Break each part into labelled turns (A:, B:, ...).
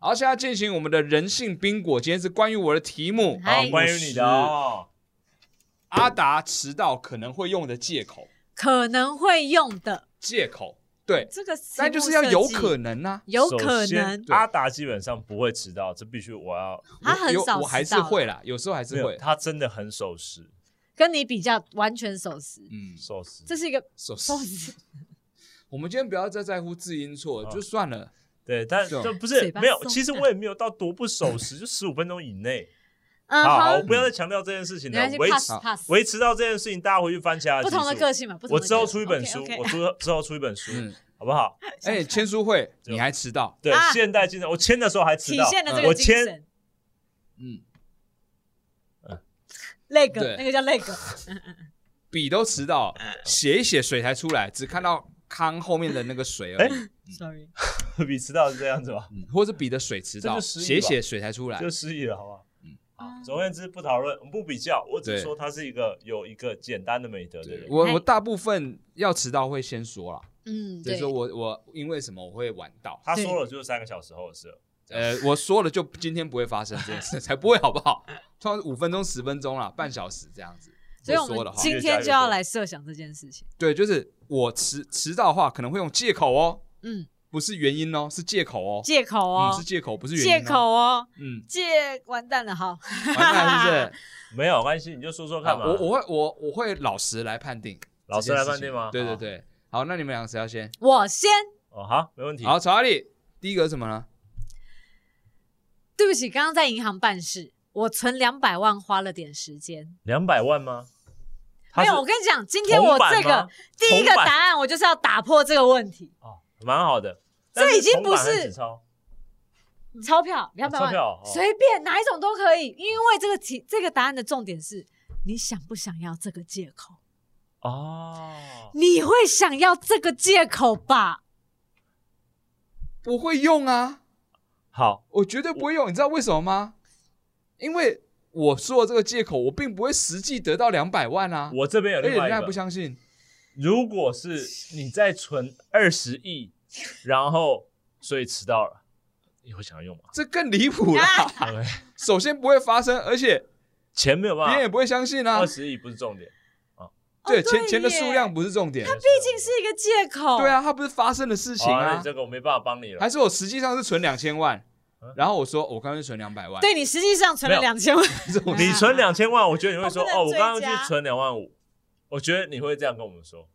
A: 好，现在进行我们的人性冰果，今天是关于我的题目，
B: 嗨
A: 好
C: 关于你的哦，
A: 阿达迟到可能会用的借口，
B: 可能会用的
A: 借口对，
B: 这个题目设计，
A: 但就是要有可能啊，
B: 有可
C: 首
B: 能
C: 先，阿达基本上不会迟到，这必须我要
B: 他很
A: 有
B: 少
A: 我还
B: 迟
A: 是
B: 到
A: 会啦，有时候还
C: 没
A: 是
C: 有
A: 会，
C: 他真的很守时，
B: 跟你比较完全守时，
A: 嗯，
C: 守时。
B: 这 是一个
A: 手
B: 守时，
C: 嗯
A: 我们今天不要再在乎字音错，
C: 哦
A: 就算了。
C: 对，但
A: 这种
C: 这不
B: 嘴
C: 是
B: 巴
C: 没有
B: 松，
C: 其实
B: 的
C: 我也没有到多不守时，就十五分钟以内。
B: 嗯，
C: 好好，
B: 好
C: 我，不要再强调这件事情
B: 没
C: 了
B: 关系。
C: 维
B: ，pass
C: 持
B: pass，
C: 维持到这件事情，大家回去翻其他
B: 不同的
C: 集数
B: 个性嘛，不同
C: 我
B: 的个
C: 之
B: 性。
C: 后出一本书，
B: OK，OK
C: 我之后之后出一本书，
A: 嗯，
C: 好不好？
A: 哎，签书会
C: 就
A: 你还迟到，
C: 对
B: 啊，
C: 现代精神，我签的时候还迟
B: 体
C: 到
B: 现了这
A: 嗯
B: 个
C: 啊我
B: 精
C: 签
B: 神。
A: 嗯，
B: 那个
A: 对
B: 那个叫那个，
A: 笔都迟到，
C: 嗯
A: 写一写水才出来，只看到康后面的那个水而
C: 哎
A: 已，
B: sorry，
C: 比迟到是这样子吧？
A: 嗯或者笔的水迟到，
C: 这就失忆吧
A: 写一写水才出来
C: 就。失忆了，好不好？
A: 嗯
C: 好，总而言之，不讨论，我们不比较，我只
A: 对
C: 是说他是一个有一个简单的美德的人。
A: 我
B: 哎
A: 我大部分要迟到会先说啦，
B: 嗯，
A: 就是
B: 对，
A: 说我我因为什么我会晚到，
C: 他说了就是三个小时后的事了，
A: 呃，我说了就今天不会发生这件事，才不会好不好？通常五分钟、十分钟啦，半小时这样子。
B: 嗯所以我
A: 说的
B: 们
A: 话，
B: 今天就要来设想这件事情。
A: 对，就是我迟迟到的话，可能会用借口哦，
B: 嗯，
A: 不是原因哦，是借口哦，
B: 借口
A: 嗯，
B: 哦
A: 是，借口，不是原因、
B: 借口，哦，
A: 嗯，
B: 借完蛋了，好，
A: 完蛋是
C: 没有关系，你就说说
A: 不是？好
C: 看嘛。
A: 我我会我我会老实来判定，
C: 老实来判定吗
A: 对对
C: 好
A: 对，好，那你们俩谁要先？
B: 我先，
C: 哦好，没问题。
A: 好，查理，第一个是什么呢？
B: 对不起，刚刚在银行办事，我存两百万花了点时间。
C: 两百万吗？他
B: 没
C: 是
B: 有，我跟你讲，今天我这
C: 铜板
B: 个
C: 吗
B: 第一个
C: 铜板
B: 答案，我就是要打破这个问题。
C: 哦，蛮好的。
B: 这
C: 但
B: 已经不
C: 铜板和
B: 是
C: 纸钞
B: 钞票两百
C: 钞
B: 万，
C: 票哦
B: 随便哪一种都可以，因为这个题这个答案的重点是你想不想要这个借口？
C: 哦，
B: 你会想要这个借口吧？
A: 不会用啊，
C: 好，
A: 我绝对不会用，你知道为什么吗？因为我说的这个借口，我并不会实际得到两百万啊，
C: 我这边有
A: 而且
C: 另
B: 哎
C: 外
A: 人
C: 一
A: 家
C: 个
A: 不相信，
C: 如果是你在存二十亿，然后所以迟到了，你会想用吗？
A: 这更离谱
B: 啊
A: 啦。
C: OK，
A: 首先不会发生，而且
C: 钱没有
A: 别
C: 办
A: 人也
C: 法，
A: 不会相信啊
C: 二。十亿不是重点，
A: 对，
B: 哦
A: 钱钱的
B: 耶
A: 数量不是重点，
C: 毕
B: 毕竟是一个借口。
A: 对，啊，它不是发生的事情
C: 哦那
A: 啊
C: 你。这个我没办法帮你了
A: 还。是我实际上是存两千万
C: 嗯，
A: 然后我说我刚刚是存两百万，
B: 对你实际上存了
C: 没有
B: 两千万，
A: 这种
C: 你存两千万，我觉得你会说
B: 我不能
C: 哦，我
B: 追
C: 刚刚
B: 加
C: 去存两万五，我觉得你会这样跟我们说。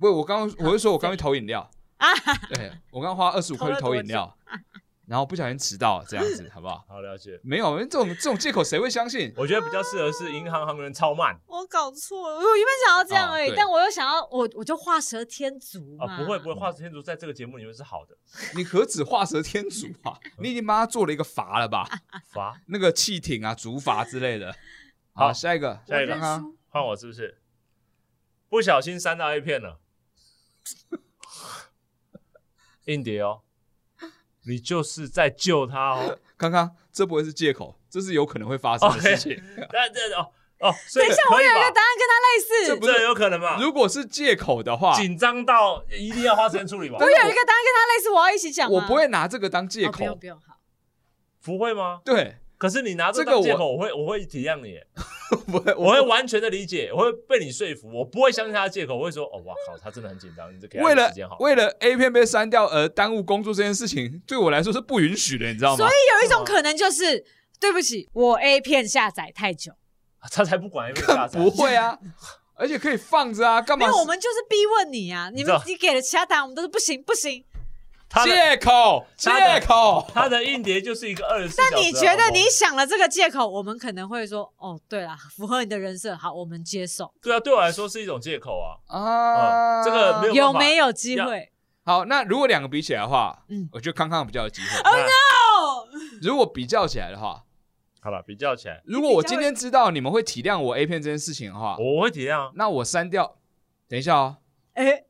A: 不是我刚刚我是说我刚去投饮料
B: 啊
A: 对我刚花二十五块去
B: 投
A: 投
B: 了
A: 饮料，然后不小心迟到这样子，好不好？
C: 好，了解。
A: 没有，这种这种借口谁会相信？
C: 我觉得比较适合是银行行员超慢
B: 我搞错了，我原本想要这样
A: 啊
B: 而已，
A: 对
B: 但我又想要我我就画蛇添足嘛。
C: 啊，不会不会，画蛇添足在这个节目里面是好的。
A: 你何止画蛇添足啊！你已经帮他做了一个罚了吧？
B: 啊
C: 罚
A: 那个气艇啊、竹筏之类的。
C: 好
A: 好，下一个，
C: 下一个
A: 看啊看
C: 换我是不是？不小心删到 A 片了，硬碟哦，你就是在救 他哦。
A: 康康，这不会是借口，这是有可能会发生 的事情。
C: 那这哦哦，所以
B: 等一下，
C: 可
B: 我
C: 以
B: 有一
C: 吧
B: 个答案
A: 这
B: 跟他类
A: 不
B: 似，
A: 是
C: 这有可能吧？
A: 如果是借口的话，
C: 紧张到一定要花时间处理吧
A: 但？
B: 我有
A: 是
B: 一个答案跟他类似，我要一起讲啊吗。
A: 我不会拿这个当借
B: 哦不用
A: 口
B: 不。用好，
C: 不会吗？
A: 对，
C: 可是你拿
A: 这
C: 这
A: 个
C: 当
A: 我
C: 借口，我会我会体谅你，
A: 不会，
C: 我会完全的理解，我会被你说服，我不会相信他的借口，我会说哦，哇靠，他真的很紧张，你这给他
A: 为
C: 点
A: 了
C: 时间好。
A: 为了 A 片被删掉而耽误工作这件事情，对我来说是不允许的，你知道吗
B: 所？以有一种可能就是，对不起，我 A 片下载太久，
C: 他才不管 A 片下载，
A: 不会啊，而且可以放着啊，干
B: 没
A: 嘛？
B: 有，我们就是逼问你啊，你
C: 知
B: 们
C: 道
B: 你给的其他答案我们都是不行不行。
C: 他的
A: 借口
C: 他的
A: 借口，
C: 他的硬碟就是一个二十四。
B: 那你觉得你想了这个借口，我们可能会说，哦，对啦，符合你的人设，好，我们接受。
C: 对啊，对我来说是一种借口啊。
A: 啊，
C: 哦这个没有
B: 有
C: 办法
B: 没有机会？
A: 好。那如果两个比起来的话，
B: 嗯
A: 我觉得康康比较有机会。
C: 那
B: 哦，
A: 如果比较起来的话，
C: 好了，比较起来，
A: 如果我今天知道你们会体谅我 A 片这件事情的话，
C: 我会体谅啊。
A: 那我删掉。等一下哦，
B: 哎，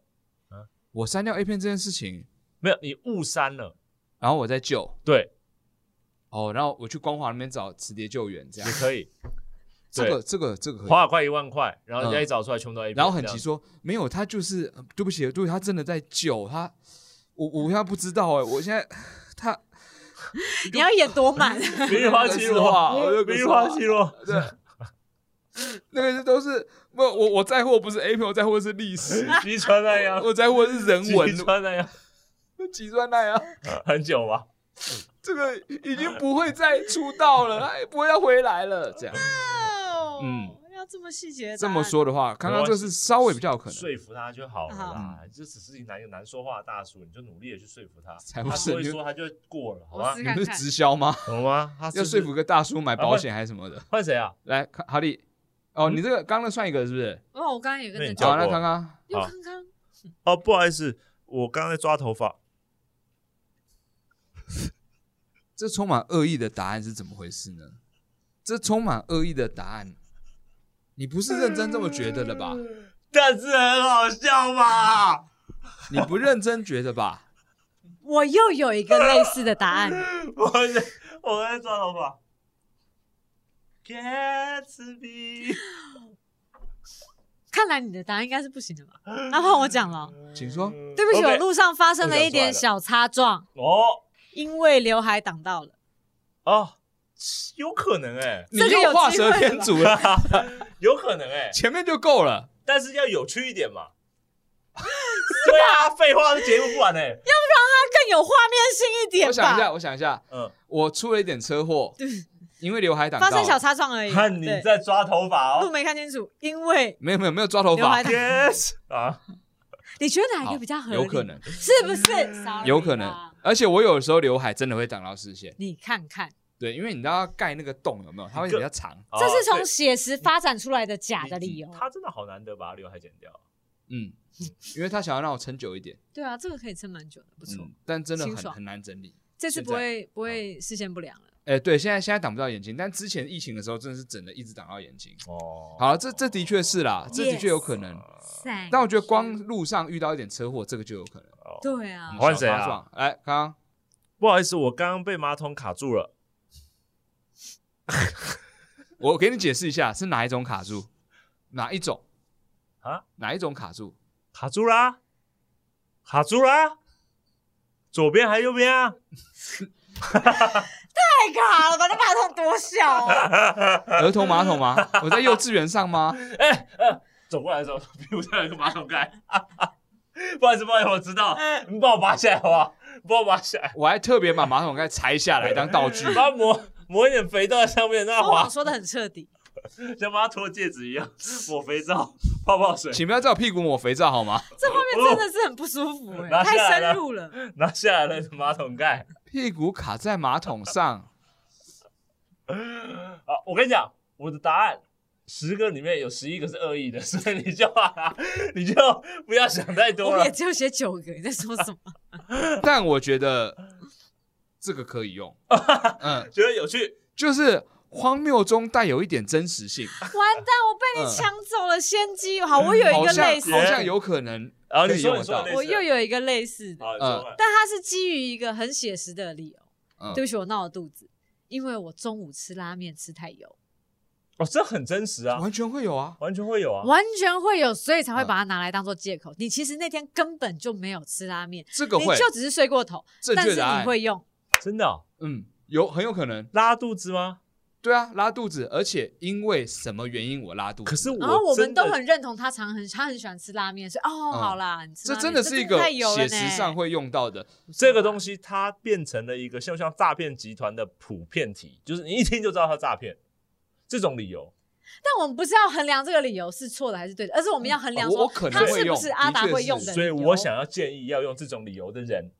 A: 我删掉 A 片这件事情，
C: 没有，你误删了。
A: 然后我再救
C: 对，
A: 哦，然后我去光华那边找磁碟救援，这样
C: 也 可以。
A: 这个
C: 对，
A: 这个这个可以。
C: 花了快一万块，然后人家
A: 嗯
C: 一找出来全部都 A 片，
A: 然后很急
C: 急促。
A: 说，没有，他就是呃对不欸起，对不起，他真的在救他，我我现在不知道哎、我现在他
B: 你要演多满？
C: 明日花 期
A: 说话，
C: 落，
A: 我就
C: 明
A: 跟
C: 日
A: 说话
C: 花期落，
A: 对，那个都是不，我我在乎的不是 A P，我在乎的是历史，
C: 击穿那样，
A: 我在乎的是人
C: 击
A: 文。
C: 穿那样，
A: 几川奈啊，
C: 很久吧？
A: 这个已经不会再出道 了，他也不会再回来了。这样嗯，
B: 哦要这么细节。
A: 这么，说的话，刚刚这是稍微比较有可能。
C: 说服他就好了啦，这只是一男一个难说话的大叔，你就努力的去说服 他，
A: 才不
C: 他
A: 是
C: 说一
A: 你
C: 说他就过了，好
B: 我
C: 吗
B: 试
A: 你
B: 看
A: 不是
B: 看。
A: 直销 吗？
C: 懂吗？他是
A: 要
C: 不是
A: 说服个大叔买保险还是什么的？
C: 换谁啊？
A: 来，看哈利，哦，
B: 嗯
A: 你这个刚刚算一个是不是？
B: 哦，我刚刚也跟
C: 那
B: 着
C: 你
A: 好，
B: 讲，
C: 叫
A: 那刚啊刚
B: 又
C: 好
B: 康康，
C: 哦，不好意思，我刚刚在抓头发，
A: 这充满恶意的答案是怎么回事呢？这充满恶意的答案，你不是认真这么觉得的
B: 嗯
A: 吧？
C: 但是很好笑吧？
A: 你不认真觉得吧？
B: 我又有一个类似的答案。
C: 我在我在抓头发。Gatsby，
B: 看来你的答案应该是不行的吧？ 那换我 讲了。
A: 请说
B: 对不起，我
C: OK
B: 路上发生了一
C: 我
B: 点
C: 想出
B: 小擦撞，
C: 哦
B: 因为刘海挡到了。
C: 哦，有可能哎、
A: 你
B: 这个有
A: 又画
B: 机会
A: 蛇
B: 了
A: 添足 了，
C: 有可能哎、
A: 前面就够了。
C: 但是要有趣一点嘛。 对啊，废话，这节目不完哎、
B: 更有画面性一点
A: 我
B: 吧。嗯
A: 想一下，我想一下，
C: 嗯，
A: 我出了一点车祸，因为刘海挡到
B: 发
A: 了，
B: 生小擦撞而已。
C: 看你
B: 对
C: 在抓头发
B: 路
C: 哦。
B: 没看清楚，因为
A: 没有没有没有抓头
B: 刘
A: 发
B: 海，挡。
C: Yes 啊，
B: 你觉得哪一
A: 好
B: 个比较合理？啊
A: 有可能，
B: 是不是？Sorry
A: 有可能
B: 啦。
A: 而且我有的时候刘海真的会挡到视线，
B: 你看看，
A: 对，因为你知道要盖那个洞有没有？它会比较长，
B: 这是
C: 哦
B: 从写实发展出来的假
C: 对
B: 的理由。
C: 他真的好难得把刘海剪掉，
A: 嗯，因为他想要让我撑久一点，
B: 对啊，这个可以撑蛮久的，不错。
A: 嗯，但真的
B: 清
A: 很
B: 爽
A: 很难整理。
B: 这次
A: 现在
B: 不会不会视线不良了。
A: 哎，对，现在现在挡不到眼睛，但之前疫情的时候真的是整的一直挡到眼睛。
C: 哦
A: 好了，嗯这这的确是啦，这的确有可能。
B: Thank
A: 但我觉得光
B: you
A: 路上遇到一点车祸，这个就有可能。
B: 对啊
A: 嗯，
C: 换谁啊
A: 小擦撞？来，刚刚
C: 不好意思，我刚刚被马桶卡住了，
A: 我给你解释一下是哪一种卡住，哪一种
C: 啊？
A: 哪一种卡住？
C: 卡住啦，卡住啦，左边还右边啊？
B: 太卡了吧？那马桶多小 啊！
A: 儿童马桶吗？我在幼稚园上吗？
C: 哎、呃走过来的时候，屁股上有一个马桶盖， 不好意思，不好意思，我知道，
B: 哎
C: 你帮我拔下来好不好？你帮我拔下来，
A: 我还特别把马桶盖拆下来当道 具。
C: 把它抹抹一点肥皂在上面，让它
B: 说
C: 滑
B: 谎，说的很彻底，
C: 像帮他脱戒指一样， 抹肥皂、 泡泡水，
A: 请不要在我屁股抹肥皂好吗？
B: 这画面真的是很不舒服哎、
C: 拿下来
B: 太
C: 了
B: 深入了。
C: 拿下来了马桶盖。
A: 屁股卡在马桶上，
C: 好，我跟你讲，我的答案十个里面有十一个是恶意的，所以你就、啊、 你就不要想太
B: 我
C: 多
B: 们
C: 了
B: 也。只有写九个，你在说 什么？
A: 但我觉得这个可以 用。嗯，
C: 觉得有趣，
A: 就是荒谬中带有一点真实性，
B: 完蛋，我被你抢走了先机。嗯好，我有一
A: 好
B: 个
A: 像
B: 类似，
A: 好像有可能
C: 然后
A: 可
C: 你
A: 以
C: 说
A: 用
C: 你
A: 得
C: 说
A: 到
C: 的类。似
B: 我又有一个类似的，
C: 好，你说吧
B: 但它是基于一个很写实的理由。
A: 嗯
B: 对不起，我闹了肚子，因为我中午吃拉面吃太油，
C: 哦，这很真实啊，
A: 完全会有啊。
C: 完全会有啊。
B: 完全会有，所以才
A: 嗯
B: 会把它拿来当做借口。你其实那天根本就没有吃拉面，
A: 这个
B: 你
A: 会，
B: 就只是睡过头，
A: 正
B: 但
A: 确
B: 是
A: 答
B: 你
A: 案
B: 会用。
C: 真的哦、
A: 嗯，有很有可能。
C: 拉肚子吗？
A: 对啊，拉肚子，而且因为什么原因我拉肚子？
C: 可是我
B: 然啊后我们
C: 真的
B: 都很认同他常很他很喜欢吃拉面，所以哦，
A: 嗯
B: 好啦，你吃
A: 这
B: 拉面
A: 真的是一个
B: 太油了
A: 写
B: 呢
A: 实上会用到的，
C: 这个东西，它变成了一个像像诈骗集团的普遍题，就是你一听就知道它诈骗。这种理由，
B: 但我们不是要衡量这个理由是错的还是对的，而是我们要衡量
A: 嗯我
B: 说
A: 我可能
B: 他
A: 会
B: 是不
A: 用
B: 是阿达
A: 的确
B: 会
A: 是
B: 用的理由。
C: 所以我想要建议要用这种理由的人，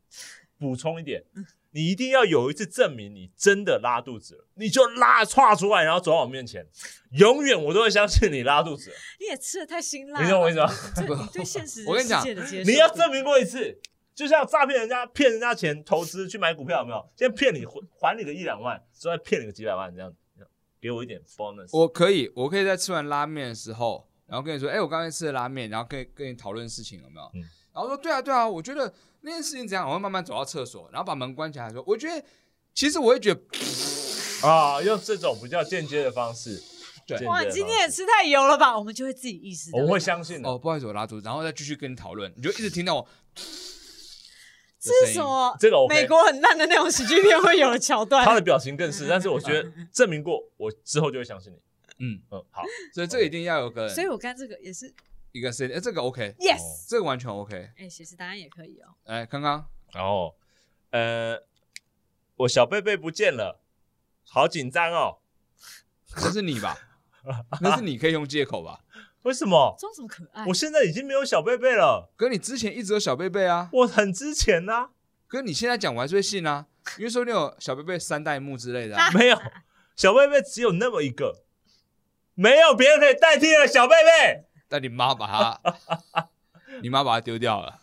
C: 补充一点，
B: 嗯
C: 你一定要有一次证明你真的拉肚子了，你就拉岔出来，然后走到我面前，永远我都会相信你拉肚子了。
B: 你也吃的太辛辣了，
C: 你懂我意思吗
B: 这你对现实
A: 我跟你讲
B: 世界的接受
C: 你要证明过一次，就像诈骗人家骗人家钱投资去买股票，有没有？先骗你还还你个一两万，之后再骗你个几百万这样子，给我一点 bonus。
A: 我可以，我可以在吃完拉面的时候，然后跟你说，哎、我刚才吃的拉面，然后跟你跟你讨论事情有没有？
C: 嗯
A: 然后说，对啊，对啊，我觉得那件事情怎样，我会慢慢走到厕所，然后把门关起来，说，我觉得其实我会觉得，
C: 啊，用这种比较间接的方式，
A: 对
C: 间接的
B: 哇，
C: 方式
B: 今天也吃太油了吧？我们就会自己意识到，
A: 哦
C: 我会相信的。
A: 哦，不好意思，我拉肚子，然后再继续跟你讨论，你就一直听到我，这
B: 这是什么？
C: 这个 OK
B: 美国很烂的那种喜剧片会有的桥段。
C: 他的表情更是，但是我觉得证明过，我之后就会相信你。
A: 嗯，
C: 嗯，好，
A: 所以这个一定要有个
B: 所以我刚才这个也是
A: 一个 C，哎，这个 OK，
C: 哦
B: yes。
A: 这个完全 OK。
B: 哎，写实答案也可以哦。
A: 哎，刚刚
C: 然后，呃，我小贝贝不见了，好紧张哦。
A: 那是你吧？那是你可以用借口吧？
C: 为什么？
B: 装什么可爱？
C: 我现在已经没有小贝贝了，
A: 可你之前一直有小贝贝啊，
C: 我很啊之前呐、
A: 可你现在讲我还是会信啊，因为说你有小贝贝三代目之类的啊、
C: 没有小贝贝只有那么一个，没有别人可以代替了小贝贝。
A: 但你妈把它，你妈把它丢掉了。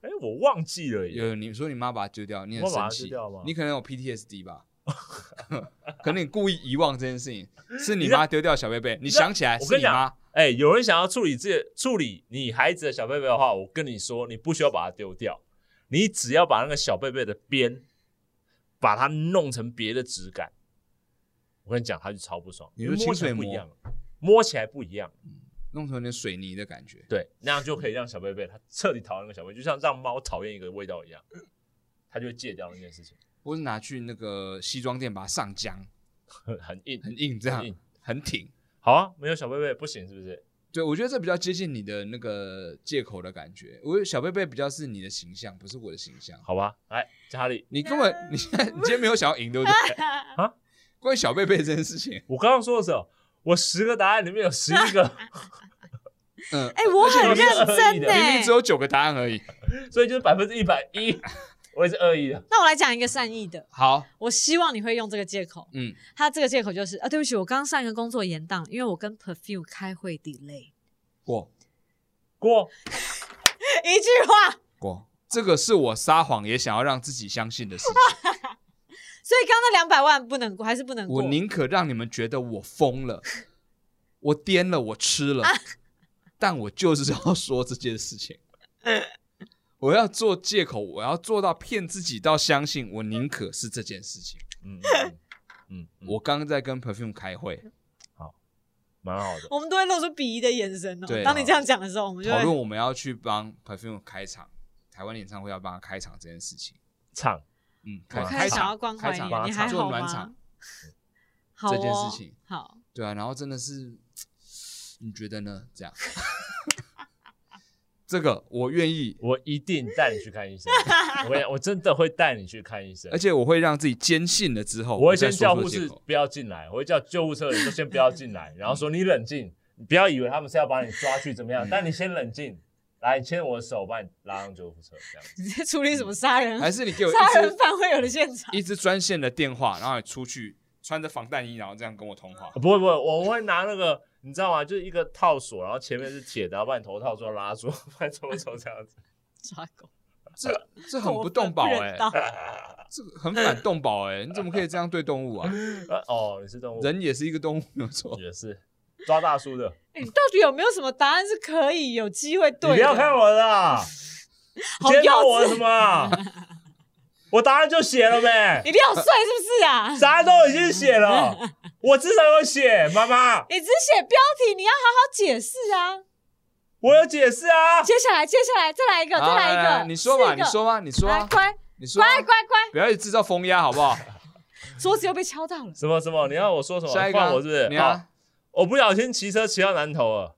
C: 哎，我忘记了耶，
A: 有你说你妈把它丢掉，你很
C: 我妈把
A: 生
C: 它
A: 气
C: 丢掉吗，
A: 你可能有 PTSD 吧？ 可能你故意遗忘这件事情，是你
C: 你知道
A: 妈丢掉小贝贝，你
C: 知道
A: 想起来
C: 我
A: 是
C: 跟
A: 你
C: 你讲
A: 妈。
C: 哎、有人想要处理这处理你孩子的小贝贝的话，我跟你说，你不需要把它丢掉，你只要把那个小贝贝的边，把它弄成别的质感。我跟你讲，他就超不爽，
A: 你
C: 因为
A: 说
C: 摸
A: 清
C: 起来
A: 水
C: 不一
A: 膜
C: 样，摸起来不一样，
A: 弄成有点水泥的感觉。
C: 对，那样就可以让小贝贝它彻底讨厌那个小贝贝，就像让猫讨厌一个味道一样，它就会戒掉那件事情，
A: 或是拿去那个西装店把它上浆，
C: 很很硬。
A: 很硬，这样
C: 很硬
A: 很挺。
C: 好啊，没有小贝贝不行，是不是？
A: 对，我觉得这比较接近你的那个借口的感觉。我觉得小贝贝比较是你的形象，不是我的形象。
C: 好吧，来，查理，
A: 你根本你现在你今天没有想要赢，对不对？关于小贝贝这件事情，
C: 我刚刚说的时候，我十个答案里面有十一个，
A: 嗯，
B: 哎，我很
C: 而且
B: 认
C: 你是恶意
B: 真欸
C: 的
B: 呢。
A: 明明只有九个答案而已。
C: 所以就是百分之一百一，我也是恶意的。
B: 那我来讲一个善意的，
A: 好，
B: 我希望你会用这个借口。
A: 嗯，
B: 他这个借口就是啊，对不起，我刚上一个工作延档，因为我跟 Perfume 开会 delay。
A: 过
C: 过，
B: 一句话，
A: 过，这个是我撒谎也想要让自己相信的事情。
B: 所以刚刚那两百万不能过，还是不能过。
A: 我宁可让你们觉得我疯了，我颠了，我吃了，但我就是要说这件事情。我要做借口，我要做到骗自己到相信，我宁可是这件事情。
C: 嗯嗯嗯，嗯
A: 我刚刚在跟 Perfume 开会，
C: 蛮好的。
B: 我们都会露出鄙夷的眼神哦
A: 对。啊
B: 当你这样讲的时候，我们就
A: 讨论
B: 会
A: 我们要去帮 Perfume 开场，台湾演唱会要帮他开场这件事情。
C: 唱，
A: 嗯，
C: 我
B: 开
A: 开
B: 始想要
A: 场，
B: 关
A: 开
B: 怀
A: 场
B: 你，你还
A: 做
B: 好
A: 暖场
B: 吗？，好哦
A: 这件事情
B: 好，
A: 对啊，然后真的是，你觉得呢？这样， 这个我愿意，
C: 我一定带你去看医生。我跟你讲我真的会带你去看医生
A: 而。且我会让自己坚信了之后，
C: 我会
A: 再
C: 先
A: 说
C: 叫
A: 出
C: 护
A: 借
C: 士
A: 口。
C: 不要进来，我会叫救护车的人都先不要进来，然后说你冷静，你不要以为他们是要把你抓去怎么样，但你先冷静，来你牵我的手，我把你拉上救护车，这样子。
B: 你在处理什么杀人
A: 嗯还是你给 我
B: 杀人
A: 一
B: 犯会有的现场
A: 支？一支专线的电话，然后你出去穿着防弹衣，然后这样跟我通话。
C: 不会不会，我会拿那个，你知道吗？就是一个套索，然后前面是铁的，然后把你头套抓拉住， 把你头抽这样子。
B: 抓狗，
A: 这这很不动保
B: 过分不
A: 哎、
B: 人道
A: 这个很反动保哎、你怎么可以这样对动物啊？
C: 呃哦，你是动物，
A: 人也是一个动物，没有错。
C: 也是抓大叔的，
B: 哎你到底有没有什么答案是可以有机会
C: 你
B: 对的？
C: 不要看我的啊，你
B: 好
C: 今天
B: 幼
C: 闹我什
B: 稚，
C: 么啊？我答案就写 了呗
B: 你，脸好帅是不是 啊？
C: 答案都已经写了，我至少有写，妈妈。
B: 你只写标题，你要好好解释啊！
C: 我有解释啊，
B: 接下来，接下来，再来一个，再
A: 好
B: 来一个，
A: 你说吧，
B: 四个
A: 你说吧，你说
B: 来
A: 啊，
B: 乖
A: 你说啊，
B: 乖乖乖，
A: 不要一直制造风压好不好？
B: 桌子又被 敲到了。
C: 什么什么？你要 我说什么？
A: 下一个啊
C: 换我是不是？
A: 你
C: 好
A: 啊，
C: 我不小心骑车骑到南头 了。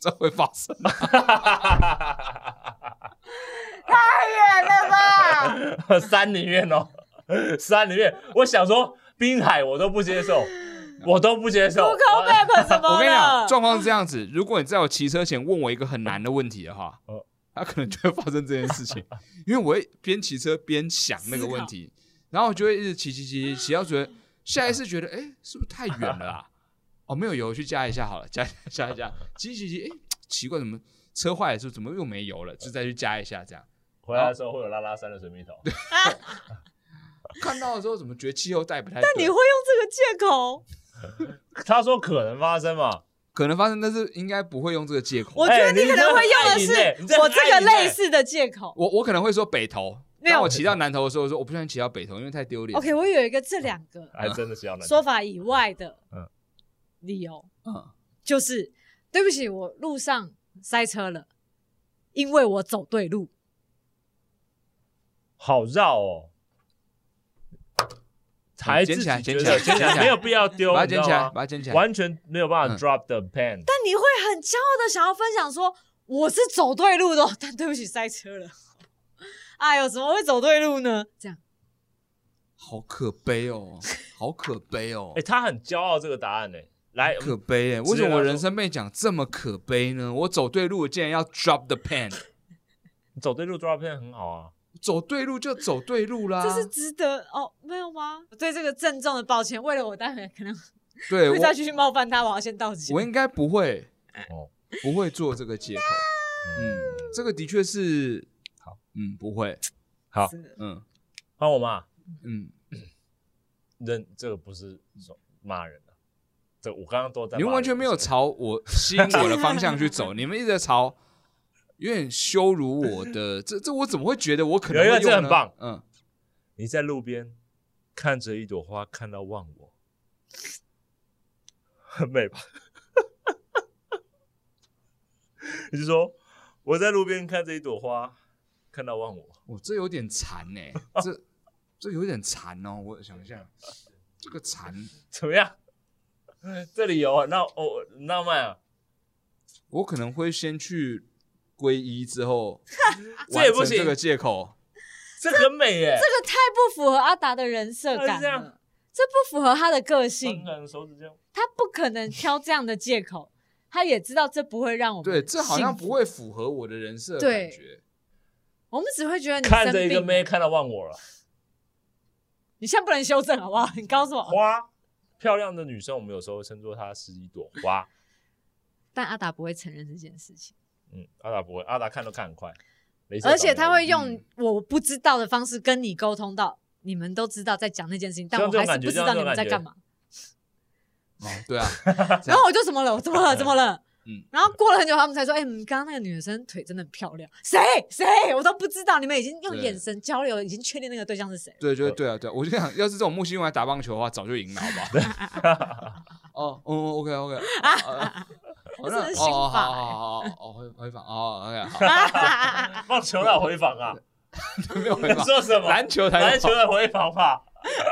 A: 这会发生。
B: 太远了吧！
C: 山里面哦，山里面，我想说滨海我都不接受，我都不接受。
B: Google Map 怎么 了？
A: 我跟你讲，状况是这样子：如果你在我骑车前问我一个很难的问题的话
C: 哦，
A: 它可能就会发生这件事 情，因为我会边骑车边想那个问题，然后我就会一直骑骑骑骑骑到觉得下一次觉得，哎、是不是太远了 啊？哦，没有油，我去加一下好了， 加一下加一下，骑骑骑，哎、奇怪，怎么车坏了是不是？怎么又没油了？就再去加一下，这样
C: 回来的时候会有拉拉山的水蜜桃，
A: 看到的时候怎么觉得气候带不太对？
B: 但你会用这个借口？
C: 他说可能发生嘛。
A: 可能发生，但是应该不会用这个借口。
B: 我
A: 我
B: 觉得
C: 哎
B: 你可能会用的
C: 你真的很爱赢欸你真
B: 是
C: 的
B: 我
C: 很
B: 这
C: 爱
B: 个
C: 赢欸
B: 类似的借 口。
A: 我可能会说北投，
B: 没有
A: 当我骑到南投的时候，我说我不想骑到北投，因为太丢脸。
B: OK，我有一个这两个
C: 还真的是要南
B: 啊说法以外的
C: 嗯
B: 理由，
A: 嗯
B: 就是对不起，我路上塞车了，因为我走对路。
C: 好绕哦。还自己
A: 哎捡起来捡
C: 觉得
A: 起来捡起来
C: 没有必要丢，
A: 把它
C: 你知
A: 捡起
C: 道
A: 来，
C: 吗
A: 把它捡起来。
C: 完全没有办法
A: 嗯
C: drop the pen。
B: 但你会很骄傲的想要分享说我是走对路的哦， 但对不起塞车了。 哎呦，怎么会走对路呢？这样
A: 好可悲哦，好可悲哦
C: 哎，，他很骄傲这个答案呢。欸来，
A: 可悲哎！
C: 直接
A: 为什么
C: 来
A: 我
C: 说
A: 人生被讲这么可悲呢？我走对路，竟然要 drop the pen，
C: 走对路 drop pen 很好啊。
A: 走对路就走对啊路啦。
B: 这是值得哦？没有吗？对这个郑重的抱歉，为了我待会可能
A: 对我
B: 会，再继续冒犯他，我要先道歉
A: 我。应该不会
C: 哦，
A: 不会做这个借口。嗯，这个的确是
C: 好，
A: 嗯，不会，
C: 好，
B: 真的
A: 嗯
C: 换我骂
A: 嗯。
C: 人，这个不是说骂人的，这我刚刚都在骂
A: 你
C: 人。
A: 们完全没有
C: 不是
A: 朝 我吸引我的方向去走，你们一直在朝有点羞辱我的，这这我怎么会觉得我可能
C: 有一个
A: 会用
C: 这
A: 呢
C: 很棒，
A: 嗯，
C: 你在路边看着一朵花，看到忘我，很美吧？ 你就说我在路边看着一朵花，看到忘我，
A: 我这有点馋哎、这这有点馋哦，我想一下，这个馋，
C: 怎么样？这里有啊，那哦，浪漫啊，，
A: 我可能会先去皈依之后
C: 这
A: 完
C: 也
A: 成
C: 不行
A: 这个借 口，
C: 这很美
B: 这
C: 耶、
B: 个太不符合阿达的人设
C: 他
B: 感
C: 是这样
B: 了，这不符合他的个性
C: 放，个手指这样，
B: 他不可能挑这样的借口。 他也知道这不会让我们
A: 对，这好像
B: 幸福
A: 不会符合我的人设的
B: 对
A: 感觉。
B: 我们只会觉得你
C: 看着一个
B: 生病
C: 妹，看到忘我了。
B: 你现在不能修正好不好？你告诉我，
C: 花，漂亮的女生，我们有时候会称作她是一朵花。
B: 但阿达不会承认这件事情，
C: 嗯，阿达不会，阿达看都看很快，雷射
B: 而且
C: 扫描
B: 他会用
A: 嗯
B: 我不知道的方式跟你沟通到，你们都知道在讲那件事情，但
C: 像
B: 我
C: 这
B: 还
C: 种
B: 是
C: 感觉
B: 不知
C: 像
B: 道
C: 这
B: 你
C: 种
B: 们在
C: 感觉
B: 干嘛。
A: 哦，对啊，这
B: 然
A: 样
B: 后我就怎么了？我怎 么了？怎么了？
A: 嗯
B: 然后过了很久，他们才说：“哎、你刚刚那个女生腿真的很漂亮。”谁谁我都不知道，你们已经用
A: 对
B: 眼神交流，已经确定那个对象是 谁了。
A: 对，
C: 呃
A: 就是对啊，对啊，我就想，要是这种木星用来打棒球的话，早就赢了，好不好？ 哦，嗯，OK OK，
B: 我
A: 我
B: 真的
A: 哦
B: 啊心
A: 哦好
B: 法、
A: 好
B: 欸。
A: 好好哦，回回访哦，OK，好，
C: 棒球哪有回防啊？
A: 没有回
C: 你
A: 访，
C: 说什么？
A: 篮球才有
C: 篮球的回防吧？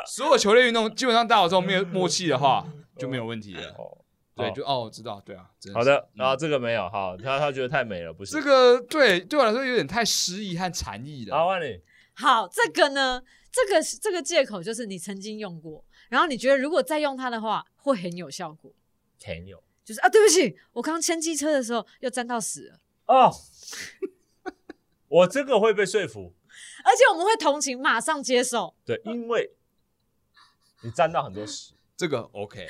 A: 所有球类运动基本上打好之后没有默契的话就没有问题了。
C: 哦，
A: 对，就哦，我知道，对啊，真
C: 好
A: 是
C: 的。
A: 嗯
C: 然后这个没有，好，他他觉得太美了，不行。
A: 这个对对我来说有点太诗意和禅意
C: 阿
A: 了。
C: 万里，
B: 好，这个呢，这个这个借口就是你曾经用过，然后你觉得如果再用它的话，会很有效果。
C: 朋友
B: 就是啊，对不起，我刚牵机车的时候又沾到屎了，
C: 哦，我这个会被说服，
B: 而且我们会同情，马上接受。
C: 对，因为你沾到很多屎。
A: 这个 OK，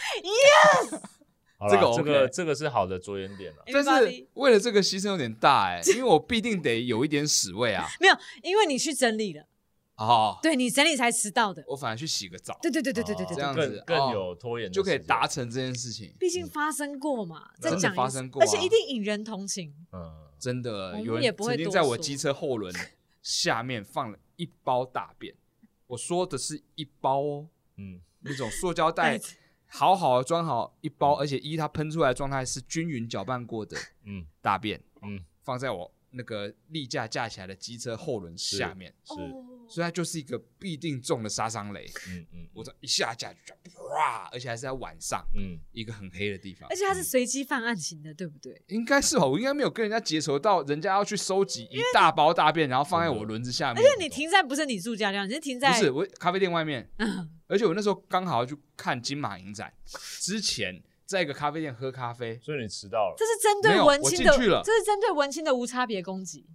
C: 好啦
A: 这个
C: 这
A: OK
C: 个这个是好的着眼点了。
A: 但
B: Everybody
A: 是为了这个牺牲有点大哎，因为我必定得有一点屎味啊。
B: 没有，因为你去整理了，
A: 哦，
B: 对你整理才迟到的。
A: 我反而去洗个澡，
B: 对对对对对对对
A: 这
B: 对
A: 样，
C: 更
A: 子
C: 更
A: 哦
C: 有拖延的
A: 就可以
C: 时间
A: 达成这件事情。
B: 毕竟发生过嘛，
C: 真
B: 再
C: 的
B: 讲一次
A: 发生过啊
B: 而且一定引人同情。
C: 嗯，
A: 真
B: 我
A: 的，
B: 们
A: 有
B: 也
A: 人
B: 不会
A: 曾经
B: 多
A: 在我
B: 说
A: 机车后 轮下面放了一包大便，我说的是一包哦，
C: 嗯，
A: 那种塑胶
B: 袋
A: 袋
B: 子，
A: 好好的装好一包，而且依它喷出来的状态是均匀搅拌过的
C: 嗯
A: 大便，
C: 嗯，
A: 放在我那个立架架起来的机车后轮下面，
C: 是，
B: 哦
A: 所以它就是一个必定中的杀伤雷。
C: 嗯嗯
A: 我这一下架就啪，而且还是在晚上
C: 嗯，
A: 一个很黑的地方
B: 而。且他是随机犯案型的，对不对？
A: 应该是哦，我应该没有跟人家结仇到，人家要去收集一大包大便，然后放在我轮子下面。
B: 而且你停在不是你住家地方，你是停在
A: 不是我咖啡店外面，
B: 嗯
A: 而且我那时候刚好要去看金马影展，之前在一个咖啡店喝咖啡，
C: 所以你迟到 了
B: 这。是针对
A: 没有
B: 文
A: 我
B: 青
A: 进
B: 的
A: 去了，
B: 这是针对文青的无差别攻击。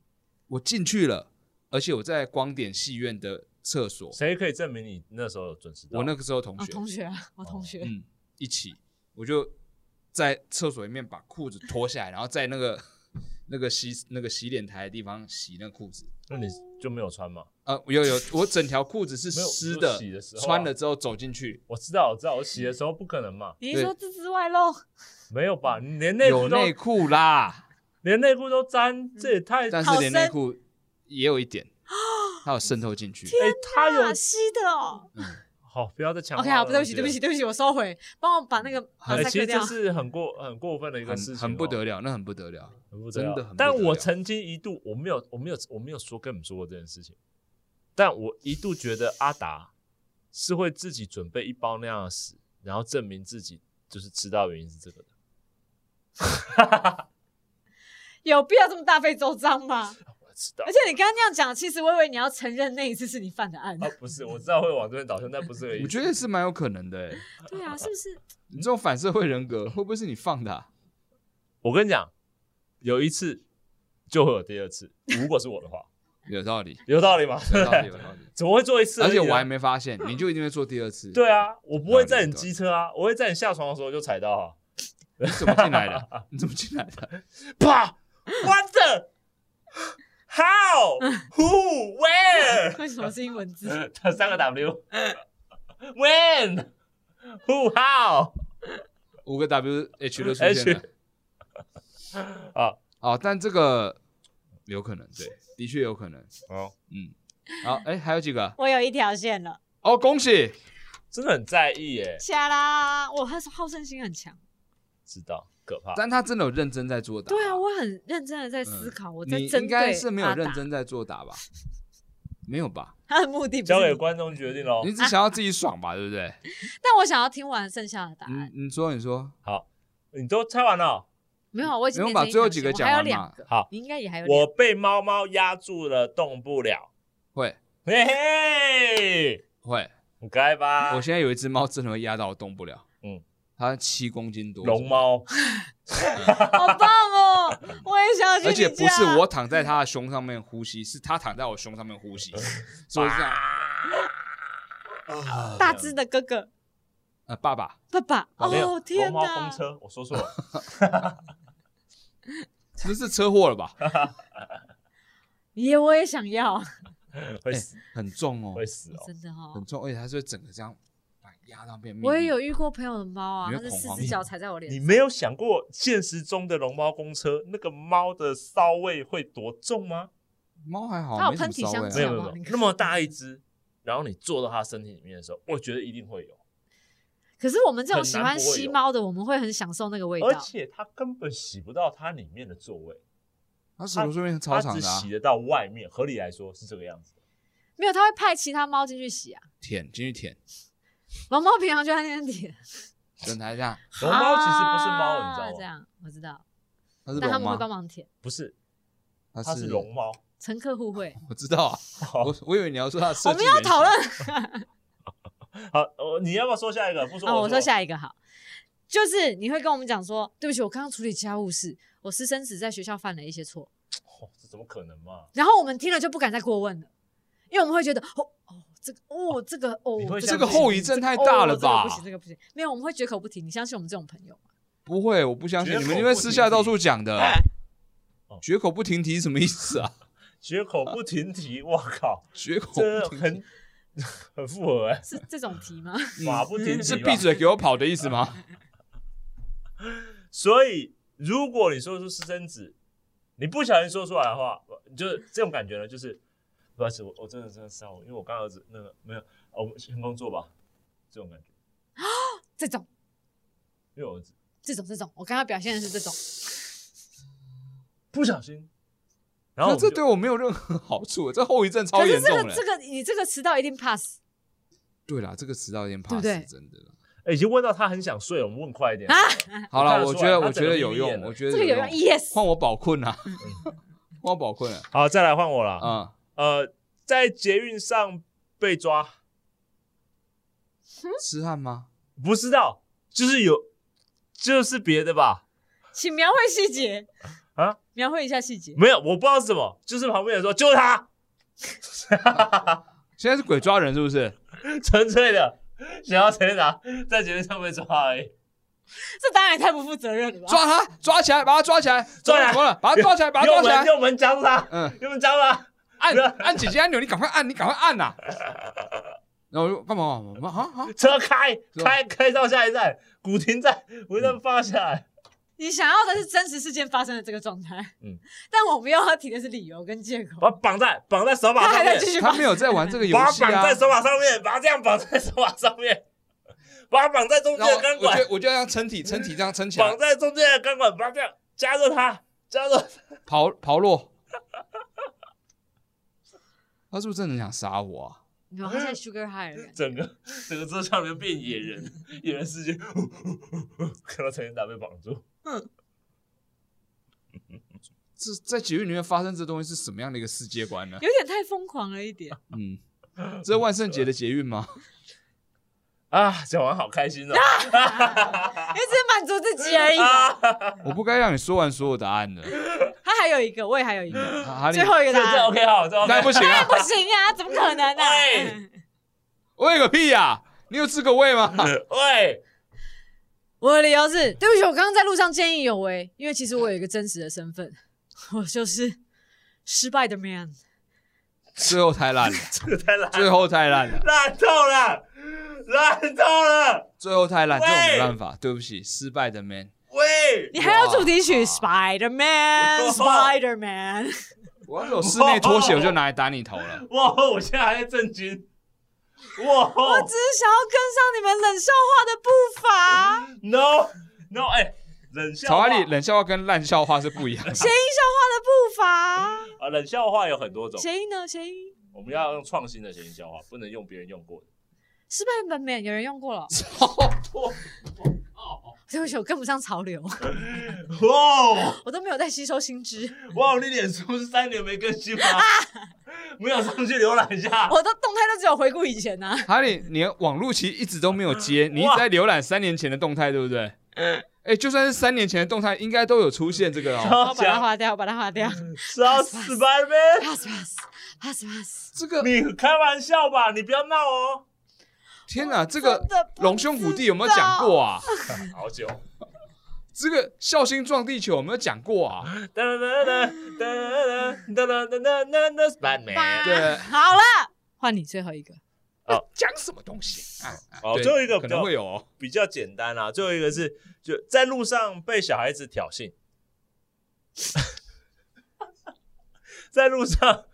A: 我进去了，而且我在光点戏院的厕所，
C: 谁可以证明你那时候有准时到？
A: 我那个时候同
B: 啊，
A: 学，
B: 同学啊，我同学，
A: 嗯，一起，我就在厕所里面把裤子脱下来，然后在那个那个洗那个洗脸台的地方洗那个裤子。
C: 那你就没有穿吗？
A: 呃，有有，我整条裤子是
C: 没有
A: 湿
C: 我
A: 的
C: 洗的时，候啊
A: 穿了之后走进去，
C: 我知道，我知道，我洗的时候不可能嘛，
B: 你是说自知外露？
C: 没有吧？你连
A: 嗯
C: 内
A: 有
C: 裤都
A: 内裤 啦，
C: 连内裤都沾，这也
B: 嗯
C: 太……
A: 但
C: 哎，
A: 是连
B: 好
A: 内
B: 深
A: 裤也有一 点，它有渗透进去。
C: 哎他有
B: 啊，吸的哦。
C: 好，不要再强
A: 啊
C: 化
B: OK，
C: 了
B: 好，对不起，对不，起，
C: 我
B: 对不起，我收回，帮我 把那个马
C: 觉得哎，
B: 赛
C: 其
B: 克
C: 实
B: 掉
C: 这。是很过很过分的一个事
A: 很
C: 情，哦
A: 很不，得了，那很不得了。
C: 很不得了
A: 真
C: 啊
A: 的很不得了
C: 但我曾经一度，我没有，我没有，我没有说跟你们说过这件事情，但我一度觉得阿达是会自己准备一包那样的屎，然后证明自己就是吃到的原因是这个的。
B: 有必要这么大费周章吗？
C: 我知道
B: 而，且你刚刚那样讲，其实我以为你要承认那一次是你犯的案。
A: 哦
C: 啊，不是，我知道会往这边导向，但不是这个意思。
A: 我觉得是蛮有可能的、欸。
C: 嗯
B: 对啊，是 不是？
A: 你这种反社会人格会不会是你放 的啊、
C: 我跟你讲，有一次就会有第二次。如果是我的话，
A: 有道理，
C: 有道理吗？
A: 有道理，有道理。
C: 怎么会做一次已
A: 而
C: 呢？
A: 且我还没发现，你就一定会做第二次。，
C: 啊对啊，我不会在你机车啊，我会在你下床的时候就踩到 啊，
A: 你怎么进来的？你怎么进来的？
C: 啪，What the how who where
B: 为什么是英文字？
C: 这三个 W when who how
A: 五个 W H 都出现了
C: H。啊，
A: 哦，但这个有可能，对，的确有可能。
C: 哦，
A: 嗯，好，哎，还有几个？
B: 我有一条线了，
A: 哦，恭喜！
C: 真的很在意耶，
B: 下啦！我还是好胜心很强。
C: 知道可怕。
A: 但他真的有认真在作答。
B: 对啊，我很认真的在思考，我在
A: 嗯你
B: 针
A: 应
B: 对阿达
A: 该是没有认，真在作答 吧？没有吧？
B: 他的目的不是
C: 交给
B: 你
C: 观众决定喽
A: 你。只想要自己爽吧，对不对？
B: 但我想要听完剩下的答
C: 哎
B: 案。
A: 你你说你说，
C: 好，你都猜完了。
B: 没有，啊我已经
A: 不用
B: 变成
A: 把最后
B: 一条
A: 几个
B: 线
A: 讲
B: 我还有
A: 完
B: 两
A: 嘛
B: 个，
C: 好
B: 你应该也还有
C: 我
B: 两
C: 被猫猫压住了，动不了。
A: 会
C: 嘿嘿，
A: 会，
C: 很可爱吧？
A: 我现在有一只猫真的会压到我动不了，
C: 嗯，
A: 它七公斤多，
C: 龙，猫，
B: 个，好棒哦！我也想要去
A: 而且
B: 你
A: 不
B: 家
A: 是我躺在它的胸上面呼吸，是它躺在我胸上面 呼吸，所以是这样，
B: 大只的哥哥
A: 呃，爸爸，
B: 爸爸。
C: 没有
B: 哦天
C: 龙猫
B: 哪
C: 风！车，我说错了。
A: 这是车祸了 吧？
B: 耶，我也想要，
C: 会
A: 哎
C: 死，
A: 很重哦
C: 会，死哦！
B: 真的哦
A: 很。重，而且它是会整个这样把你压到变密，
B: 我也有遇过朋友的猫啊，
A: 你
B: 它
A: 会
B: 是
A: 恐
B: 四
A: 慌
B: 只脚踩在我脸
C: 你
B: 上，
C: 没有想过现实中的龙猫公车那个猫的骚味会多重吗？
A: 猫还好，
B: 它有
A: 没什么
B: 喷体
A: 骚味
B: 香
A: 啊
B: 气
C: 没有
B: 啊
C: 没有没有，那么大一只，然后你坐到它身体里面的时候，我觉得一定会有，
B: 可是我们这种喜欢
C: 很难不会有
B: 吸猫的，我们会很享受那个味
C: 而
B: 道。
C: 且它根本洗不到它里面的座位，
A: 它是不是变超
C: 它
A: 长
C: 只
A: 的啊
C: 洗？得到外面。合理来说是这个样子的。
B: 没有，它会派其他猫进去洗啊。
A: 舔进去舔，
B: 龙猫平常就在那边舔。
A: 整台这样，
C: 龙猫其实不是猫，
B: 啊
C: 你知道吗？
B: 这样我知道，
A: 它是
B: 但他
A: 龙
B: 们会帮
A: 吗？
B: 忙舔，
C: 不是，
A: 它
C: 它是龙，哦猫。
B: 乘客互 惠。
A: 我知道啊，我我以为你要说它的设
B: 我
A: 计
B: 们要
A: 原型
B: 讨论
C: 好，哦，你要不要说下一个？不说，
B: 哦，我
C: 说
B: 说。下一个好，就是你会跟我们讲说，对不起，我刚刚处理家务事，我私生子在学校犯了一些错，
C: 哦这怎么可能嘛？
B: 然后我们听了就不敢再过问了，因为我们会觉得哦哦这个哦这个哦
C: 你会
A: 这
C: 这
A: 个
B: 不行
A: 后遗症太 大了吧
B: 哦这个不？行，这个不行，没有，我们会绝口不提。你相信我们这种朋友吗？
A: 不会，我不相信
C: 绝
A: 你
C: 口
A: 们，因为
C: 不
A: 私
C: 停
A: 下
C: 蹄
A: 到处讲的啊
C: 哦，
A: 绝口不停蹄是什么意思啊？
C: 绝口不停蹄，我靠，
A: 绝 口
C: 这
A: 不停
C: 很 很符合哎、
B: 是这种题吗？
C: 马不停
A: 蹄
C: 蹄吧
A: 嗯是闭。嘴给我跑的意思吗？
C: 所以，如果你说出私生子，你不小心说出来的话，就是这种感觉呢，就是不好意思，我我真的真的骚，因为我刚儿子那个没有，哦我们先工作吧，这种感觉，
B: 这种
C: 因为我儿子
B: 这种这种，我刚刚表现的是这种，
C: 不小心，
A: 那
C: 然后我们
A: 这
C: 就
A: 对我没有任何好处，这后遗症超
B: 可
A: 严
B: 是这
A: 重
B: 个
A: 嘞
B: 这。个你这个迟到一定 pass
A: 对啦，这个迟到有点
B: 对不
A: pass，
B: 对
A: 真的啦。
C: 哎已经问到他很想睡，我们问快一点
B: 啊，
A: 好啦，
C: 我
A: 我
C: 看
A: 觉
C: 得出来
A: 得
C: 他
A: 我觉
C: 整个
A: 得
C: 眯
A: 有
C: 眯
A: 用
C: 眼，了嗯
A: 我觉得
B: 这个有
A: 用
B: 用。yes，
A: 换我宝困啊， 换我宝困啊了。
C: 好，再来换我了，
A: 啊，
C: 呃，在捷运上被抓，
A: 痴嗯汉吗？
C: 不知道，就是有，就是别的吧。
B: 请描绘细节
C: 啊，
B: 描绘一下细节。
C: 没有，我不知道是什么，就是旁边人说就 是他，
A: 现在是鬼抓人是不是？
C: 纯粹的想要谁拿在节目上被抓而已。
B: 这当然也太不负责任了吧？
A: 抓他，抓起来，把他抓起来，
C: 抓起来
A: 怎么了？把他抓起来，把他抓
C: 右
A: 起来
C: 门。右门夹住他，
A: 嗯，
C: 右门夹住他，
A: 按
C: 不是
A: 按紧急按钮，你赶快按，你赶快按呐、然后我就干嘛？我说啊啊！
C: 车开
A: 吧
C: 开开到下一站，古亭站，古亭站放下来。
A: 嗯
B: 你想要的是真实事件发生的这个状态，
C: 嗯
B: 嗯，但我们要提的是理由跟借口。
C: 把它绑在绑在手把
B: 他
C: 上
B: 还在
C: 面，
B: 继续
A: 他
B: 吗？
A: 没有在玩这个游
C: 把它
A: 戏
C: 绑
A: 啊
C: 在。手把上面，把它这样绑在手把上面，把它绑在中间
A: 然后
C: 的钢
A: 我
C: 管
A: 就，我就让撑体撑体这样撑起来
C: 绑，在中间的钢管，把它这样夹着它，夹着它
A: 刨刨落。他是不是真的很想杀我啊？
B: 你说他现在 sugar high 了感觉，
C: 整个整个车上面变野人，野人世界， 看到陈建达被绑住，
A: 这在捷运里面发生这东西是什么样的一个世界观呢？
B: 有点太疯狂了一点。
A: 嗯，这是万圣节的捷运吗？
C: 啊，讲完好开心哦！
A: 啊
B: 因为只是满足自己而已嘛。
A: 我不该让你说完所有答案的，嗯
B: 他还有一个，我也还有一个，
A: 哈哈利
B: 最，后一个
C: 这
B: 答
C: 这
B: 案。
C: OK 好，这 OK
A: 那不行啊，
B: 不行啊，怎么可能呢、
C: 喂
A: 喂个屁呀、你有这个胃吗？
C: 喂，
B: 我的理由是，对不起，我刚刚在路上见义勇为，因为其实我有一个真实的身份，我就是失败的 man。
A: 最后太烂了，
C: 这个太烂，
A: 最后太烂了，
C: 烂透了，烂透了！
A: 最后太烂，这
C: 喂
A: 种没办法，对不起，失败的 man。
C: 喂，
B: 你还有主题曲
A: 哇
B: Spider Man，Spider Man，
A: 我要有室内拖鞋，我就拿来打你头了。
C: 哇，我现在还在震惊，哇
B: 我只是想要跟上你们冷笑话的步伐，
A: 嗯
C: ，no no，哎，冷笑
A: 草
C: 话
A: 花里冷笑话跟烂笑话是不一 样的。
B: 谐音笑话
A: 嗯
B: 的步
C: 啊，冷笑话有很多
B: 伐，，
C: 种
B: 谐音呢？谐音
C: 我们要用创新的谐音笑话，不能用别人用过的。
B: 失败的 man 有人用过了，对不起，我跟不上潮流，
A: 哦
C: 哇
B: 我都没有在吸收新知，
C: 哇，你脸书是三年没更新吗？没有上去浏览一下。
B: 我的动态都只有回顾以前啊呐、
A: 哈利，你的网路其实一直都没有接，你一直在浏览三年前的动态，对不对？哎，就算是三年前的动态，应该都有出现这个 哦。嗯
B: 我把它划掉，我把它划掉。
C: 烧死白呗！
B: pass pass pass pass。
A: 这个
C: 你开玩笑吧，你不要闹哦。
A: 天哪，这个
B: 真的不
A: 龙兄虎弟有没有讲过啊？
C: 好久。
A: 这个孝心撞地球有没有讲过啊？
C: 哒哒哒哒哒哒哒哒哒哒哒
B: 吧
C: Spiderman。
A: 对
B: 好了，换你最后一个。
A: 讲什么东西啊？
C: 哦，
A: 对
C: 最后一个
A: 可
C: 比
A: 能
C: 较
A: 会有哦。
C: 比较简单啦、最后一个是就在路上被小孩子挑衅，在路上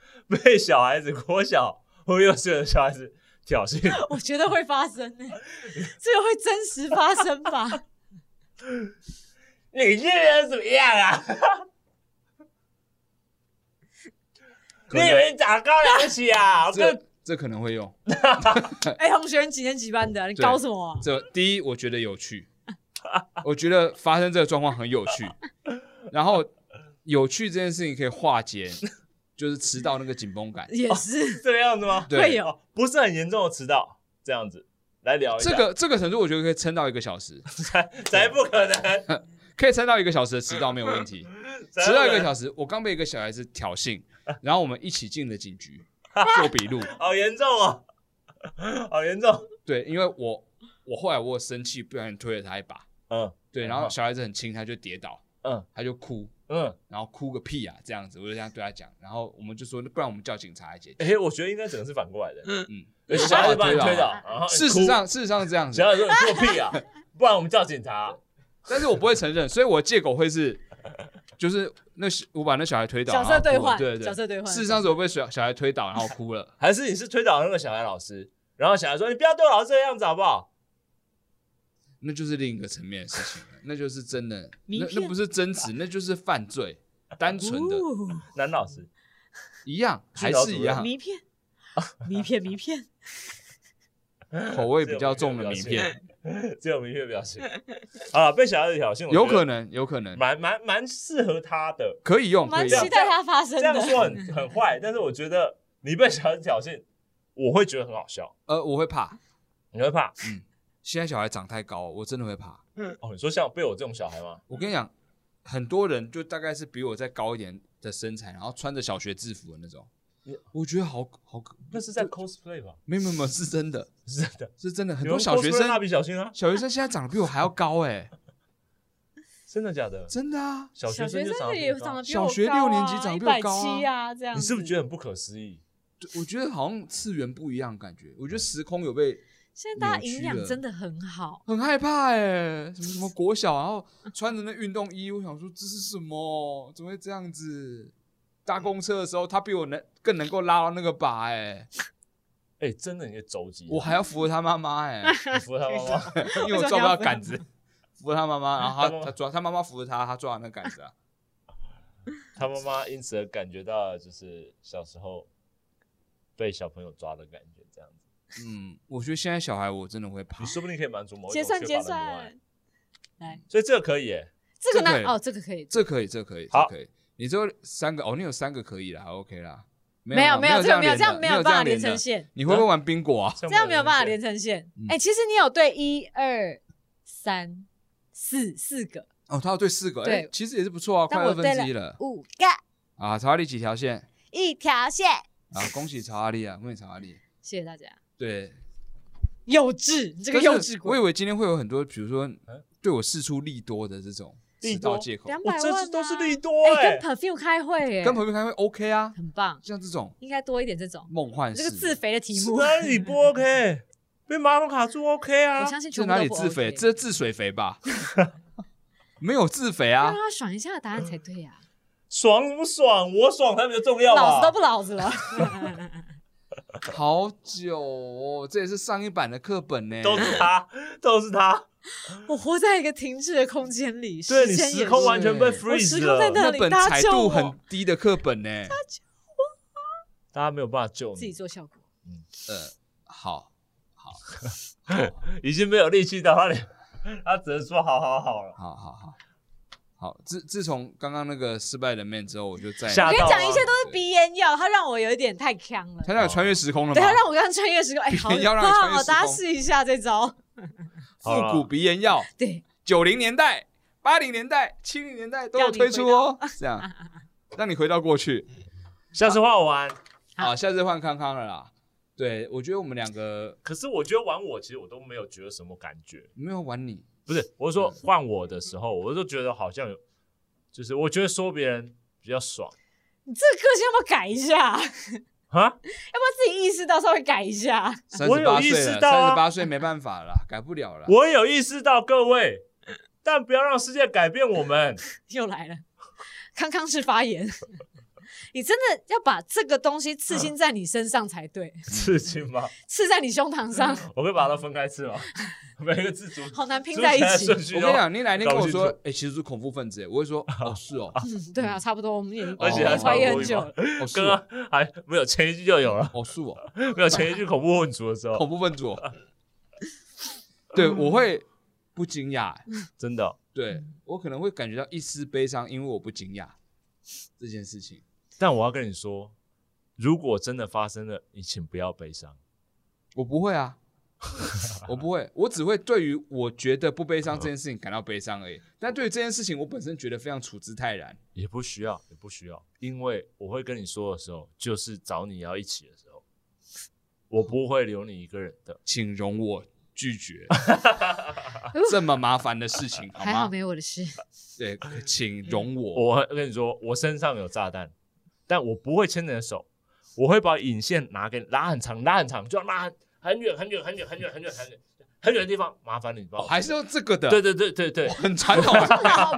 C: 被小孩子国小或幼稚园的小孩子挑衅。
B: 我觉得会发生呢、这个会真实发生吧？
C: 你这人怎么样啊？
A: 可
C: 你
A: 能
C: 以为你长高了不起 啊？我跟
A: 这这可能会用。
B: 哎、同学，你几年几班的？你搞什么、啊？
A: 这第一，我觉得有趣，我觉得发生这个状况很有趣。然后有趣这件事情可以化解，就是迟到那个紧绷 感。
B: 也是、
C: 这个样子吗？
A: 对
B: 会有。
C: 不是很严重的迟到，这样子来聊一下。
A: 这个这个程度，我觉得可以撑到一个小时，
C: 才才不可能，
A: 可以撑到一个小时的迟到没有问 题。 迟到一个小
C: 时，
A: 时，我刚被一个小孩子挑衅，然后我们一起进了警局做笔 录。
C: 好严重哦， 好严重。
A: 对，因为我我后来我有生气，不小心推了他一把。
C: 嗯
A: 对，然后小孩子很轻，他就跌倒，
C: 嗯
A: 他就哭，
C: 嗯，
A: 然后哭个屁啊，这样子，我就这样对他讲。然后我们就说，不然我们叫警察来解决。
C: 哎，我觉得应该整个是反过来的，
A: 嗯，
C: 有小孩子把
A: 把
C: 你
A: 我
C: 推倒，
A: 倒。
C: 然后你哭
A: 啊事实，上，事实上是这样 子
C: 小，孩子说你做 屁啊，不然我们叫警察。
A: 但是我不会承认，所以我借口会是，就是那我把那小孩推倒，
B: 角色
A: 然后哭了
B: 兑换
A: 对对，
B: 角色兑换
A: 事实上是我被小小孩推倒，然后哭了。
C: 还是你是推倒那个小孩老师，然后小孩说你不要对我老师这个样子好不好？
A: 那就是另一个层面的事情了，那就是真的，
B: 名
A: 那
B: 片
A: 那不是真实，那就是犯罪，单纯的
B: 哦
C: 男老师，
A: 一样，还
C: 指导主
A: 是一
C: 任
A: 样，
B: 迷片，迷片，迷片。
A: 口味比较重的名片，
C: 这种明确表情啊，被小孩子挑衅，我觉得
A: 有可能，有可能
C: 蛮蛮蛮适合他的。
A: 可以用，可
B: 蛮
A: 以
B: 期
A: 用，
B: 待它发生
C: 这样
B: 的。
C: 说很很坏，但是我觉得你被小孩子挑衅，我会觉得很好笑，
A: 呃，我会怕，
C: 你会怕
A: 现在小孩长太高，我真的会怕。
C: 哦？你说像被我这种小孩吗？
A: 我跟你讲，很多人就大概是比我再高一点的身材，然后穿着小学制服的那种
C: 你，
A: 我觉得好好可，
C: 那是在 cosplay 吧？
A: 没有没有没有，是真的，
C: 是真的，
A: 是真的，很
C: 有
A: 多
C: 人
A: 小学
C: cosplay 蜡
A: 生
C: 笔小新啊，
A: 小学生现在长得比我还要高哎、
C: 真的假的？
A: 真的啊，
C: 小学
B: 小学
C: 生就
B: 生
C: 长得
B: 也
C: 比较
B: 长得
C: 高
B: 比我
A: 小学六年级长得比我高啊
B: 一百七啊，这样
C: 你
B: 子。
C: 是不是觉得很不可思议？
A: 对我觉得好像次元不一样的感觉，我觉得时空有被
B: 现在大家营
A: 扭曲
B: 养
A: 了
B: 真的很好？
A: 很害怕哎、什么什么国小，然后穿着那运动衣，我想说这是什么？怎么会这样子？搭公车的时候，他比我能更能够拉到那个把哎、
C: 哎，真的，你的肘击，
A: 我还要扶着他妈妈 哎、
C: 你服他妈妈，
A: 因为我抓不到杆子，扶他妈妈，然后
C: 他
B: 哦
C: 妈妈
A: 他他抓他妈妈扶着他，他抓那杆子啊。
C: 他妈妈因此而感觉到了就是小时候被小朋友抓的感觉，这样子。
A: 嗯，我觉得现在小孩我真的会怕
C: 你。说不定可以满足某一
B: 结
C: 种
B: 算
C: 缺
B: 结
C: 乏的母爱
B: 算，来，
C: 所以这个可以耶。
B: 这个
A: 这可以
B: 呢？哦，这个可以，
A: 这可以，这可以，这
C: 好
A: 可以。你只有三个哦，你有三个可以啦，OK 啦。
B: 没有
A: 没
B: 有这个没有
A: 有
B: 这样
A: 没
B: 有办法连
A: 连的
B: 成。线，
A: 你会不会玩冰果啊？
C: 这
B: 这样没有办法连
C: 成。
B: 成线
A: 嗯。
B: 哎，其实你有对一二三四四个，
A: 哦，他有对四个，
B: 对
A: 哎，其实也是不错啊，快
B: 但
A: 二
B: 我对
A: 分之一了
B: 了五个，
A: 啊。曹阿丽几条线
B: 一条线。
A: 啊？恭喜曹阿丽啊，恭喜曹阿丽。
B: 谢谢大家。
A: 对，
B: 幼稚，你这个
A: 但
B: 幼
A: 是
B: 稚嗯
A: 我
B: 鬼
A: 以。为今天会有很多，比如说对我示出利多的这种
C: 利
A: 指导
C: 多
A: 借口，
B: 两
C: 我
B: 百万、
C: 这
B: 啊、
C: 次都是利多
B: 哎、
C: 哎
B: 跟 Perfume 开会哎、
A: 跟朋友开会 OK 啊，
B: 很棒，
A: 像这种
B: 应该多一点这种。
A: 梦幻
B: 这
A: 式
B: 个
A: 的。
B: 自肥的题目，
C: 哪里啊 不 OK？被马桶卡住 OK 啊
B: 我？相信
A: 这
B: 全部
A: 哪
B: 都
A: 里
B: 不 OK
A: 自肥？这自水肥 吧？没有自肥啊
B: 让，他爽一下答案才对呀、
C: 爽不爽？我爽才比较重要啊
B: 老
C: 吧
B: 子都。不老子了。
A: 好久哦，这也是上一版的课本呢。
C: 都是他，都是他。
B: 我活在一个停滞的空间里，
C: 对你
B: 间也
C: 时空啊完全被
A: 我
B: 时
C: freeze
B: 空在
C: 了，
B: 那
A: 那本彩度很低的课本呢。
C: 大家没有办法救
B: 自己
C: 你，
B: 做效果。
A: 呃，好，
C: 已经没有力气到他连， 他只能说好好好了。
A: 好好好，好。自自从刚刚那个失败的面之后，我就再
C: 吓
B: 我
C: 到
B: 跟你讲，
C: 啊
B: 一切都是鼻炎药，它让我有一点太呛了。
A: 他让你穿越时空了
B: 对，
A: 吗
B: 它？让我刚刚穿越时空，哎、好
A: 鼻炎药让你穿
B: 棒
A: 越
B: 哦！
A: 时空
B: 大家试一下这招。
A: 复古鼻炎药，
B: 对，
A: 九零年代、八零年代、七零年代都有推出哦。 这样，让你回到过去。
C: 下次换完。
B: 好
A: 好，下次换康康了啦。对，我觉得我们两个
C: 可是我觉得玩我，其实我都没有觉得什么感觉。
A: 没有玩你，
C: 不是，我是说换我的时候，我就觉得好像有，就是我觉得说别人比较爽
B: 你这个个性要不要改一下？
C: 啊。
B: 要不要自己意识到稍微改一下？
A: 三
C: 我
A: 十
C: 有
A: 八
C: 意
A: 岁
C: 识
A: 了，
C: 到
A: 三
C: 啊
A: 十八岁没办法了，改不了了。
C: 我有意识到各位，但不要让世界改变我们。
B: 又来了，康康式发言。你真的要把这个东西刺心在你身上才对，
C: 刺青吗？
B: 刺在你胸膛上，
C: 我可以把它分开刺吗？ 每个字组
B: 好难拼在一
C: 组起来
B: 起
C: 顺。序哦
A: 我
C: 都
A: 跟你讲，你哪天跟
C: 搞
A: 我
C: 不清
A: 说
C: 楚，
A: 哎、其实是恐怖分子耶，我会说，哦，是 哦，
B: 嗯，对啊，差不多，我们也
C: 而且还
A: 差
B: 怀
A: 不
B: 疑
A: 多
B: 很久了。
A: 哦，是
C: 刚
A: 哦，
C: 刚还没有前一句就有了，
A: 哦，是哦，
C: 没有前一句恐怖混族的时候
A: 恐，怖分子哦。对，
C: 嗯
A: 我会不惊讶，
C: 真的哦
A: 对我可能会感觉到一丝悲伤，因为我不惊讶这件事情。
C: 但我要跟你说，如果真的发生了，你请不要悲伤。
A: 我不会 啊，我不会，我只会对于我觉得不悲伤
C: 嗯
A: 这件事情感到悲伤而已。但对于这件事情，我本身觉得非常处之泰然。
C: 也不需要，也不需要，因为我会跟你说的时候，就是找你要一起的时候，我不会留你一个人的。
A: 请容我拒 绝这么麻烦的事情，好
B: 还好
A: 吗？
B: 没嗯有我的事，
A: 对，请容我。
C: 我跟你说，我身上有炸弹，但我不会牵你的手，我会把引线拿给你，拉很长，拉很长，就要拉很很远很远很远很远很远很远很远的地方，麻烦你帮
A: 哦
C: 我。
A: 还是用这个的，
C: 对对对对对，
A: 很传统，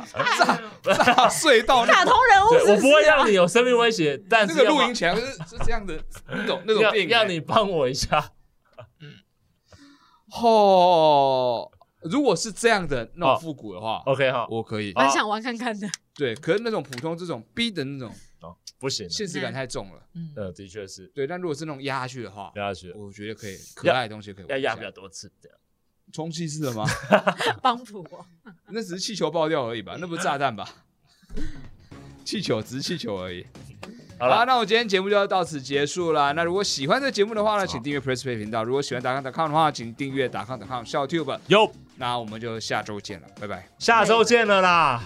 A: 炸隧道那
B: 卡通人物
C: 对，
B: 是啊
C: 我
B: 不
C: 不
B: 是
C: 会让你有生命危险，但
A: 那
C: 是
A: 啊个
C: 要
A: 露
C: 把
A: 营起来是是这样的，那种那种欸
C: 要
A: 电影，
C: 要你帮我一下。
A: 哦。如果是这样的那
C: 哦
A: 种复古的话，
C: OK 哈，
A: 我可以
C: 哦。
B: 蛮想玩看看的。
A: 对，可是那种普通这种逼的那种
C: 哦不行，
A: 现实感太重了。
B: 嗯，
C: 呃，的确是
A: 对，但如果是那种压下去的话，
C: 压下去了，
A: 我觉得可以，可爱的东西可以
C: 要
A: 玩一
C: 压
A: 下
C: 比较多次这样。
A: 充气式的吗？
B: 帮补我，
A: 那只是气球爆掉而已吧？那不是炸弹吧？ 气球只是气球而已。
C: 好
A: 啦
C: 了，
A: 那我今天节目就要到此结束啦。那如果喜欢这个节目的话呢，请订阅 Press Play 频道；如果喜欢达康达康的话，请订阅达康达康 s h o w Tube。
C: 有，
A: 那我们就下周见了，拜拜。
C: 下周见了啦。